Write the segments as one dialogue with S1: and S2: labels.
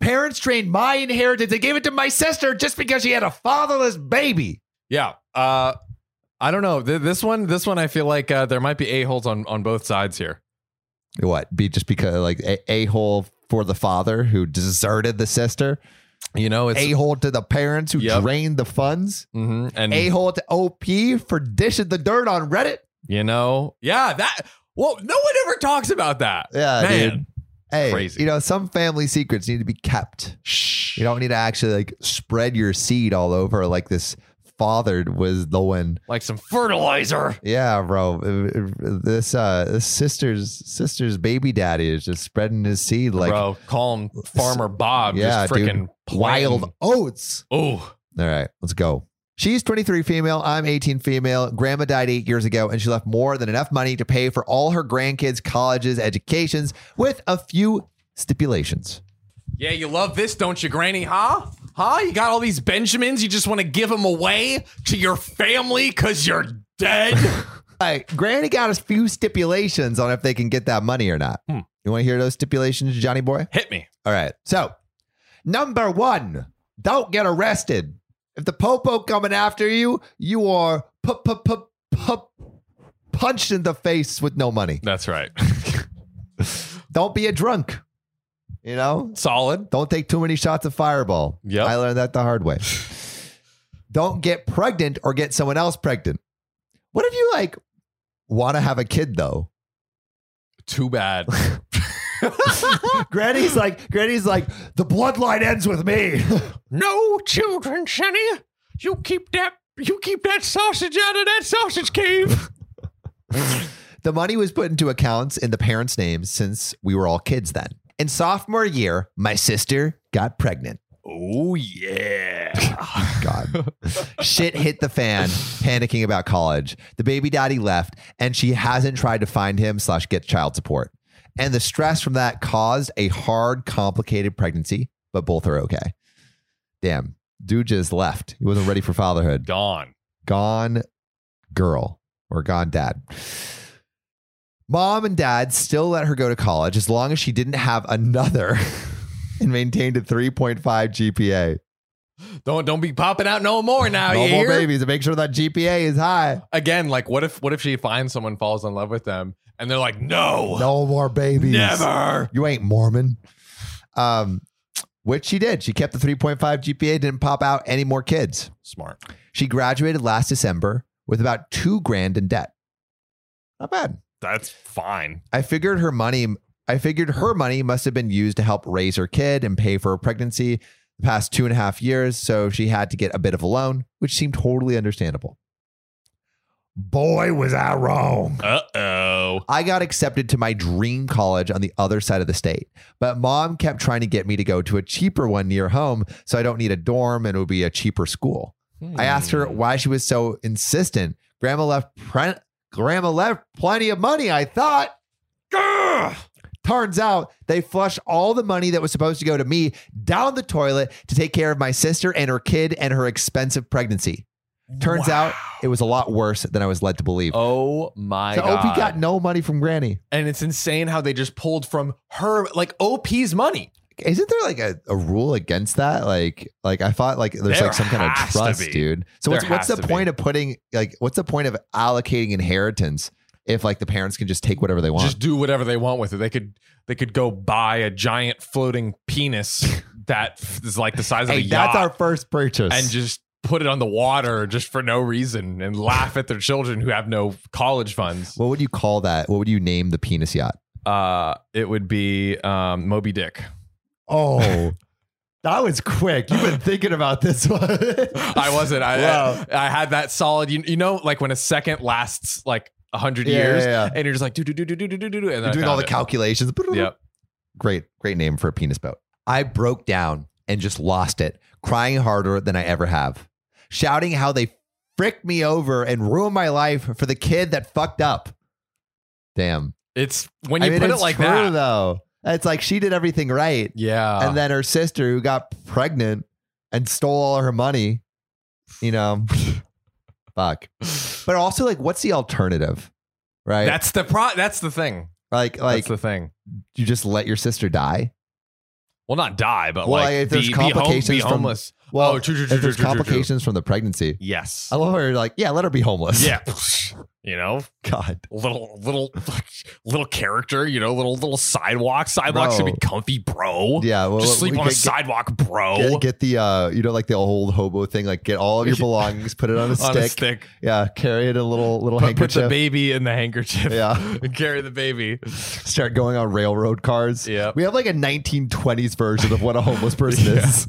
S1: parents drained my inheritance and gave it to my sister just because she had a fatherless baby.
S2: Yeah. Uh, I don't know. Th- This one, this one, I feel like uh, there might be a holes on on both sides here.
S1: What? Be just because like a hole for the father who deserted the sister,
S2: You know, it's
S1: a hole to the parents who
S2: Yep.
S1: drained the funds,
S2: Mhm. and
S1: a hole to OP for dishing the dirt on Reddit.
S2: you know, yeah, that. Well, no one ever talks about that.
S1: Yeah,
S2: man.
S1: dude. Hey,
S2: Crazy.
S1: you know some family secrets need to be kept. You don't need to actually like spread your seed all over like this. Fathered was the one.
S2: Like some fertilizer.
S1: Yeah, bro. This uh this sister's sister's baby daddy is just spreading his seed like
S2: Bro, call him Farmer Bob.
S1: Yeah,
S2: just freaking
S1: dude. wild
S2: plain.
S1: oats.
S2: Oh,
S1: All right, let's go. She's 23 female. I'm 18 female. Grandma died eight years ago, and she left more than enough money to pay for all her grandkids' colleges, educations, with a few stipulations.
S2: yeah, you love this, don't you, Granny? Huh? Huh? You got all these Benjamins. You just want to give them away to your family because you're dead.
S1: All right, Granny got a few stipulations on if they can get that money or not.
S2: Hmm.
S1: You want to hear those stipulations, Johnny boy?
S2: Hit me.
S1: All right. So, number one, don't get arrested. If the popo coming after you, you are pu- pu- pu- pu- punched in the face with no money.
S2: That's right.
S1: Don't be a drunk. You know,
S2: Solid.
S1: don't take too many shots of Fireball.
S2: Yep.
S1: I learned that the hard way. don't get pregnant or get someone else pregnant. What if you like want to have a kid though?
S2: Too bad.
S1: Granny's like, Granny's like, the bloodline ends with me.
S2: No children, Shenny. You keep that. You keep that sausage out of that sausage cave.
S1: The money was put into accounts in the parents' names since we were all kids then. In sophomore year, my sister got pregnant.
S2: oh yeah.
S1: God. Shit hit the fan, panicking about college. The baby daddy left, and she hasn't tried to find him slash get child support. And the stress from that caused a hard, complicated pregnancy, but both are okay. Damn. Dude just left. He wasn't ready for fatherhood
S2: Gone.
S1: gone girl or gone dad. Mom and dad still let her go to college as long as she didn't have another and maintained a 3.5 GPA.
S2: Don't don't be popping out no more now.
S1: no
S2: Oh, you
S1: more
S2: hear?
S1: babies and make sure that GPA is high.
S2: Again, like what if what if she finds someone falls in love with them and they're like, no,
S1: No more babies.
S2: never.
S1: You ain't Mormon. Um, which she did. She kept the 3.5 GPA, didn't pop out any more kids.
S2: Smart.
S1: She graduated last December with about two grand in debt. Not bad.
S2: That's fine.
S1: I figured her money I figured her money must have been used to help raise her kid and pay for her pregnancy the past two and a half years, so she had to get a bit of a loan, which seemed totally understandable. Boy, was I wrong.
S2: Uh oh.
S1: I got accepted to my dream college on the other side of the state, but mom kept trying to get me to go to a cheaper one near home so I don't need a dorm and it would be a cheaper school. I asked her why she was so insistent. Grandma left pre- grandma left plenty of money, I thought.
S2: Hmm.
S1: Turns out they flushed all the money that was supposed to go to me down the toilet to take care of my sister and her kid and her expensive pregnancy. Turns out it was a lot worse than I was led to believe.
S2: Oh my
S1: so
S2: god.
S1: OP got no money from Granny.
S2: and it's insane how they just pulled from her like OP's money.
S1: Isn't there like a, a rule against that? Like, like I thought like there's
S2: There
S1: like some kind of
S2: has to
S1: trust,
S2: be.
S1: dude. So
S2: There
S1: what's what's
S2: has
S1: the
S2: to be.
S1: point of putting like what's the point of allocating inheritance if like the parents can just take whatever they want?
S2: Just do whatever they want with it. They could they could go buy a giant floating penis that is like the size of a
S1: hey,
S2: yacht
S1: that's our first purchase.
S2: and just put it on the water just for no reason and laugh at their children who have no college funds.
S1: what would you call that? What would you name the penis yacht?
S2: Uh, it would be um, Moby Dick.
S1: Oh, that was quick. You've been thinking about this one.
S2: I wasn't. I
S1: Wow.
S2: I, I had that solid. You, you know, like when a second lasts like a hundred
S1: Yeah,
S2: years,
S1: yeah, yeah.
S2: and you're just like do do do do do do do do, and then
S1: You're
S2: I
S1: doing all the
S2: found it.
S1: calculations.
S2: Yep.
S1: Great, great name for a penis boat. I broke down and just lost it, crying harder than I ever have, shouting how they fricked me over and ruined my life for the kid that fucked up. Damn.
S2: It's when you
S1: I mean,
S2: put it
S1: it's
S2: like
S1: true,
S2: that. Ah.
S1: though. It's like she did everything right.
S2: Yeah.
S1: and then her sister who got pregnant and stole all her money you know fuck but also like what's the alternative right
S2: that's the pro. That's the thing.
S1: like like
S2: that's the thing.
S1: you just let your sister die
S2: Well, not die, but
S1: Well,
S2: like
S1: if there's
S2: be, be home-
S1: complications
S2: be
S1: from-
S2: homeless.
S1: Well,
S2: oh, true, true,
S1: if
S2: true, true,
S1: there's
S2: true, true, true.
S1: complications from the pregnancy.
S2: Yes.
S1: I love how you're like, yeah, let her be homeless.
S2: Yeah. you know,
S1: God.
S2: little little little character. You know, little little sidewalk. Sidewalk should
S1: Bro.
S2: be comfy, bro.
S1: Yeah. Well,
S2: Just sleep
S1: we
S2: on a
S1: get-
S2: sidewalk, bro.
S1: Get, get the uh, you know, like the old hobo thing, like get all of your belongings, put it on a, stick,
S2: on a stick.
S1: yeah, carry it in a little little
S2: Put, put
S1: handkerchief,
S2: the baby in the handkerchief.
S1: Yeah.
S2: and carry the baby.
S1: start going on railroad cars.
S2: Yeah.
S1: we have like a 1920s version of what a homeless person is.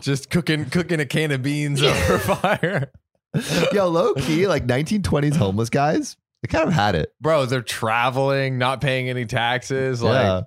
S2: Just cooking cooking a can of beans over fire.
S1: Yo, low key, like 1920s homeless guys, they kind of had it.
S2: Bro, they're traveling, not paying any taxes.
S1: yeah,
S2: Like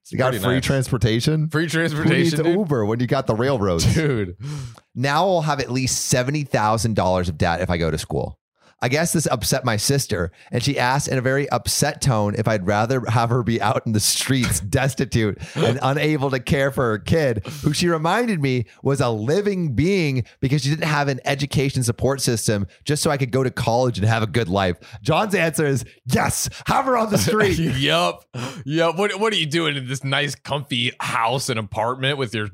S2: it's
S1: you got
S2: pretty
S1: free
S2: nice.
S1: transportation.
S2: free
S1: Who needs
S2: transportation. dude?
S1: Uber when you got the railroads?
S2: dude.
S1: Now I'll have at least seventy thousand dollars of debt if I go to school. I guess this upset my sister, and she asked in a very upset tone if I'd rather have her be out in the streets, destitute and unable to care for her kid, who she reminded me was a living being because she didn't have an education support system, just so I could go to college and have a good life. John's answer is yes, have her on the street.
S2: Yup. Yup. What what are you doing in this nice comfy house and apartment with your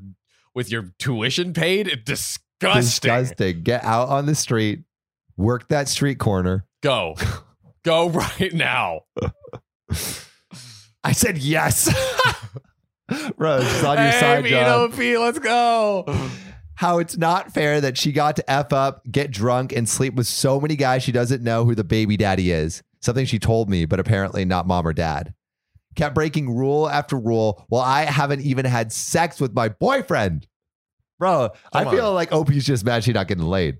S2: with your tuition paid? It- Disgusting.
S1: Disgusting. Get out on the street, work that street corner.
S2: Go. Go right now.
S1: I said yes. Bro, it's on your
S2: hey,
S1: side, John.
S2: P, let's go.
S1: How it's not fair that she got to F up, get drunk, and sleep with so many guys she doesn't know who the baby daddy is. Something she told me, but apparently not mom or dad. Kept breaking rule after rule while I haven't even had sex with my boyfriend. Bro, I
S2: Come
S1: feel like Opie's just mad she's not getting laid.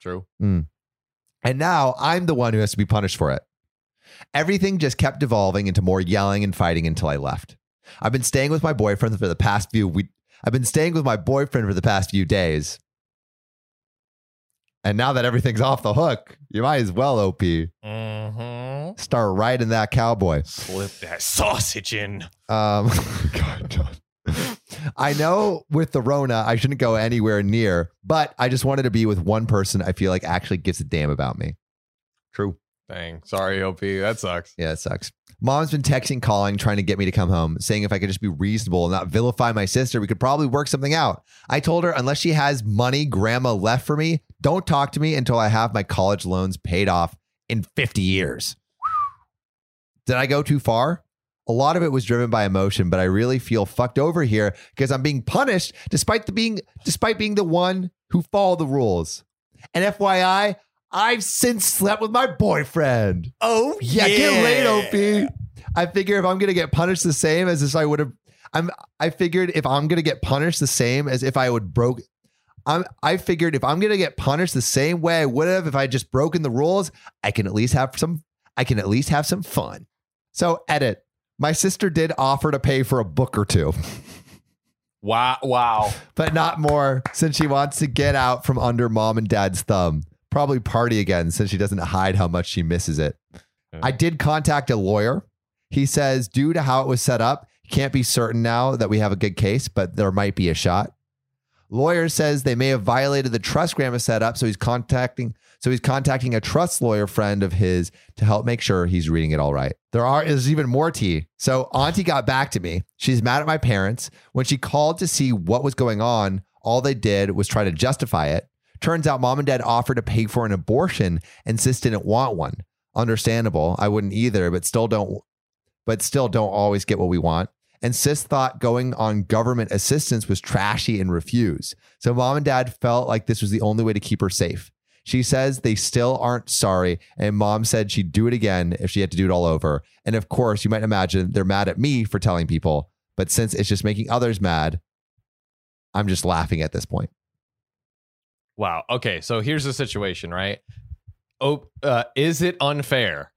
S2: True.
S1: And now I'm the one who has to be punished for it. Everything just kept devolving into more yelling and fighting until I left. I've been staying with my boyfriend for the past few we I've been staying with my boyfriend for the past few days. And now that everything's off the hook, you might as well OP
S2: Mm-hmm.
S1: start riding that cowboy.
S2: Slip that sausage in.
S1: Um, God, John. I know with the Rona, I shouldn't go anywhere near, but I just wanted to be with one person I feel like actually gives a damn about me. True.
S2: Dang. Sorry, OP. That sucks.
S1: Yeah, it sucks. Mom's been texting, calling, trying to get me to come home, saying if I could just be reasonable and not vilify my sister, we could probably work something out. I told her unless she has money grandma left for me, don't talk to me until I have my college loans paid off in 50 years. Did I go too far? A lot of it was driven by emotion, but I really feel fucked over here because I'm being punished despite the being despite being the one who followed the rules. And FYI, I've since slept with my boyfriend.
S2: Oh,
S1: Yeah, get laid, OP. I figure if I'm gonna get punished the same as if I would have, I'm. I figured if I'm gonna get punished the same as if I would broke. I'm. I figured if I'm gonna get punished the same way I would have if I just broken the rules, I can at least have some. I can at least have some fun. So edit. My sister did offer to pay for a book or two,
S2: Wow. Wow.
S1: but not more since she wants to get out from under mom and dad's thumb. Probably party again since she doesn't hide how much she misses it. I did contact a lawyer. He says, due to how it was set up, can't be certain now that we have a good case, but there might be a shot. Lawyer says they may have violated the trust grandma set up, so he's contacting so he's contacting a trust lawyer friend of his to help make sure he's reading it all right. There are is even more tea. So Auntie got back to me. She's mad at my parents. When she called to see what was going on, all they did was try to justify it. Turns out mom and dad offered to pay for an abortion and sis didn't want one understandable. I wouldn't either, but still don't but still don't always get what we want. And sis thought going on government assistance was trashy and refuse. So mom and dad felt like this was the only way to keep her safe. She says they still aren't sorry. And mom said she'd do it again if she had to do it all over. And of course, you might imagine they're mad at me for telling people. But since it's just making others mad, I'm just laughing at this point.
S2: Wow. Okay. So here's the situation, right? Oh, uh, is it unfair?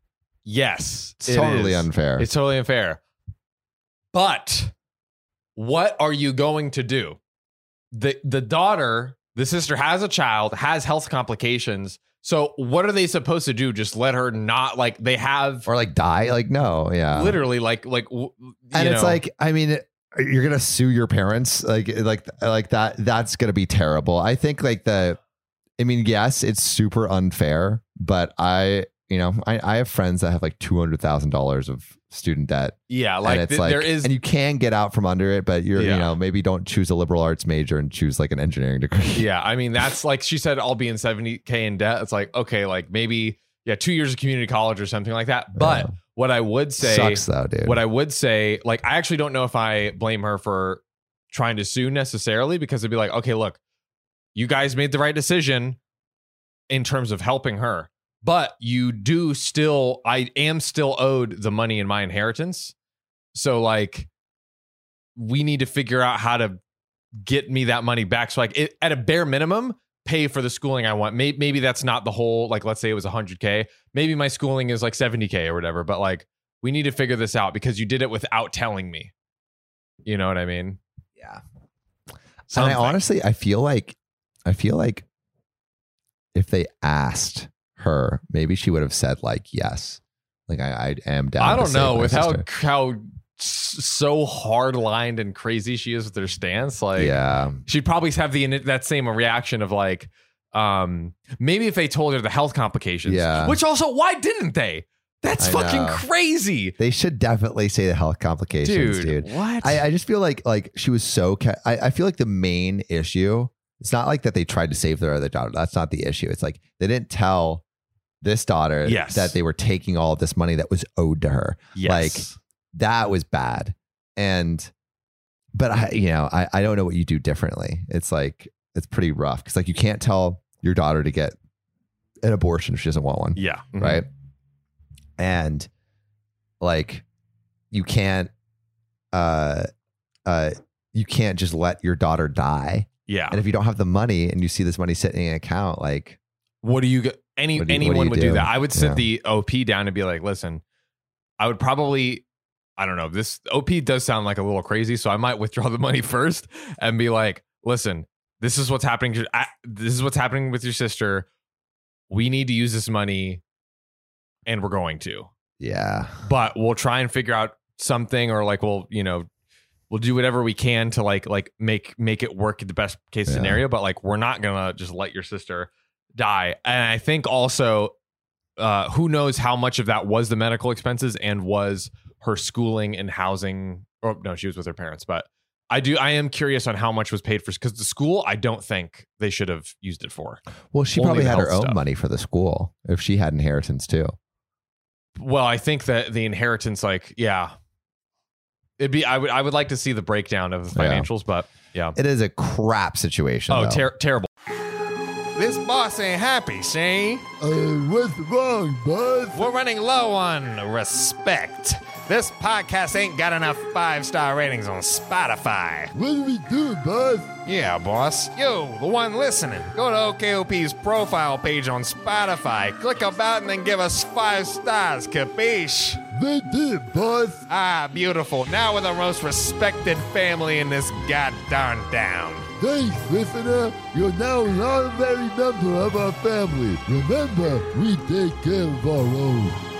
S2: Yes.
S1: It's
S2: it
S1: totally
S2: is.
S1: unfair.
S2: It's totally unfair. But what are you going to do? The the daughter, the sister has a child, has health complications. So what are they supposed to do? Just let her not like they have
S1: or like die. Like, no, yeah.
S2: literally like like w- you
S1: Uh, and it's
S2: know,
S1: like i mean you're gonna sue your parents like like like that that's gonna be terrible i think like the i mean yes it's super unfair but i you know, I, I have friends that have like two hundred thousand dollars of student debt,
S2: Yeah, like,
S1: and it's
S2: th-
S1: like,
S2: there is
S1: and you can get out from under it, but you're,
S2: Yeah.
S1: you know, maybe don't choose a liberal arts major and choose like an engineering degree.
S2: Yeah, I mean that's like she said, I'll be in seventy k in debt. It's like okay, like maybe yeah, two years of community college or something like that. But
S1: Yeah.
S2: what I would say,
S1: Sucks though, dude.
S2: what I would say, like I actually don't know if I blame her for trying to sue necessarily because it'd be like, okay, look, you guys made the right decision in terms of helping her, but you do still, I am still owed the money in my inheritance. So like, we need to figure out how to get me that money back. So like, it, at a bare minimum, pay for the schooling I want. Maybe, maybe that's not the whole. Like, let's say it was 100k. Maybe my schooling is like 70k or whatever. But like, we need to figure this out because you did it without telling me. You know what I mean?
S1: yeah. And I
S2: Something.
S1: honestly, I feel like, I feel like, if they asked her, maybe she would have said like yes, like I, I am down.
S2: I
S1: to
S2: don't
S1: save
S2: know
S1: my
S2: with how
S1: sister.
S2: how s- so hard lined and crazy she is with her stance. Like,
S1: yeah,
S2: she'd probably have the that same reaction of like, um, maybe if they told her the health complications.
S1: Yeah.
S2: Which also, why didn't they? That's
S1: I
S2: fucking
S1: know.
S2: crazy,
S1: they should definitely say the health complications,
S2: dude.
S1: dude.
S2: What?
S1: I, I just feel like like she was so. Ca- I, I feel like the main issue. It's not like that they tried to save their other daughter. That's not the issue. It's like they didn't tell this daughter
S2: Yes.
S1: that they were taking all of this money that was owed to her.
S2: yes.
S1: That was bad. And but I, you know, I, I don't know what you do differently. It's like it's pretty rough because like you can't tell your daughter to get an abortion if she doesn't want one
S2: yeah. Mhm.
S1: right? And like you can't uh uh you can't just let your daughter die.
S2: Yeah.
S1: And if you don't have the money and you see this money sitting in an account, like
S2: What do you go- any
S1: What do you- what do
S2: anyone
S1: you
S2: would do?
S1: do?
S2: that? I would sit
S1: Yeah.
S2: the OP down and be like, "Listen, I would probably I don't know. This OP does sound like a little crazy, so I might withdraw the money first and be like, "Listen, this is what's happening to I, this is what's happening with your sister. We need to use this money and we're going to.
S1: yeah.
S2: But we'll try and figure out something or like we'll, you know, we'll do whatever we can to like like make make it work in the best case
S1: Yeah.
S2: scenario but like we're not gonna just let your sister die and i think also uh who knows how much of that was the medical expenses and was her schooling and housing or no she was with her parents but i do i am curious on how much was paid for because the school i don't think they should have used it for
S1: Well, she
S2: Only
S1: probably
S2: the
S1: had her
S2: health
S1: own
S2: stuff.
S1: money for the school if she had inheritance too.
S2: well i think that the inheritance like yeah it'd be i would i would like to see the breakdown of the
S1: Yeah.
S2: financials but yeah
S1: It is a crap situation.
S2: oh
S1: though.
S2: ter- terrible This boss ain't happy, see?
S1: Uh, what's wrong, bud?
S2: We're running low on respect. This podcast ain't got enough five star ratings on Spotify.
S1: What do we do, bud?
S2: Yeah, boss. You, the one listening, go to OKOP's profile page on Spotify, click about, and then give us five stars, capiche?
S1: They did, bud.
S2: Ah, beautiful. Now we're the most respected family in this goddamn town.
S1: Thanks, listener. You're now an honorary member of our family. Remember, we take care of our own.